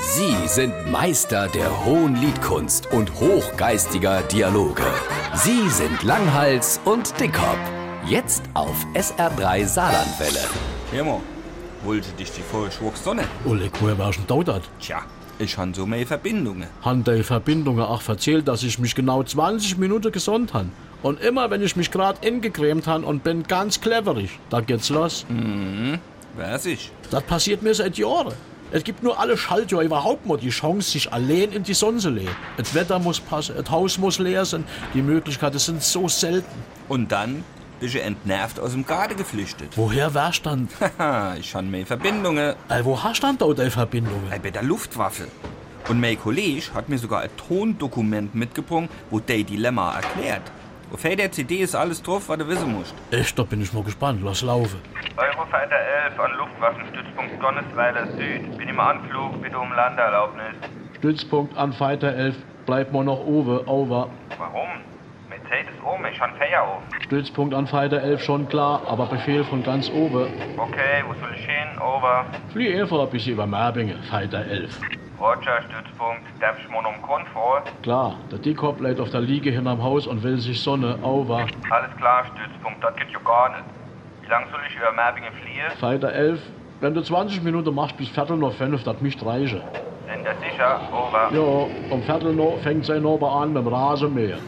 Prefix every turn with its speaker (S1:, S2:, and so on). S1: Sie sind Meister der hohen Liedkunst und hochgeistiger Dialoge. Sie sind Langhals und Dickhop. Jetzt auf SR3 Saarlandwelle.
S2: Firmo, wollte dich die Vorschwuchs Sonne?
S3: Oleg, woher warst du denn da? dat?
S2: Tja, ich han so meine Verbindungen.
S3: Han die Verbindungen auch erzählt, dass ich mich genau 20 Minuten gesund han. Und immer, wenn ich mich grad ingecremt han und bin ganz cleverig, da geht's los.
S2: Weiß ich.
S3: Das passiert mir seit Jahren. Es gibt nur alle Schaltjahr überhaupt mal die Chance, sich allein in die Sonne zu legen. Das Wetter muss passen, das Haus muss leer sein, die Möglichkeiten sind so selten.
S2: Und dann bist du entnervt aus dem Garten geflüchtet.
S3: Woher warst du denn?
S2: Haha, ich han meine Verbindungen
S3: Äh, wo hast du denn da die Verbindungen?
S2: äh, bei der Luftwaffe. Und mein Kollege hat mir sogar ein Tondokument mitgebracht, wo der Dilemma erklärt. Auf der CD ist alles drauf, was du wissen musst.
S3: Echt, da bin ich mal gespannt. Lass laufen.
S4: Eurofighter 11 an Luftwaffenstützpunkt Donnesweiler Süd. Bin im Anflug, bitte um Landeerlaubnis.
S3: Stützpunkt an Fighter 11. Bleib mal noch over, over.
S4: Warum? Mercedes um, ich han Feier um.
S3: Stützpunkt an Fighter 11 schon klar, aber Befehl von ganz oben.
S4: Okay, wo soll ich hin? Over.
S3: Flieh einfach ein bisschen über Merbinge, Fighter 11.
S4: Roger, Stützpunkt. Darf ich mal um Konvoi?
S3: Klar, der Dickhop bleibt auf der Liege hinterm Haus und will sich Sonne, over.
S4: Alles klar, Stützpunkt, das geht ja gar nicht. Wie lang soll ich über Merbingen fliehen?
S3: Fighter 11, wenn du 20 Minuten machst bis Viertel noch 5, das mich reiche.
S4: Sind ihr sicher? Over.
S3: Ja, um Viertel noch fängt sein Ober an mit dem Rasenmäher.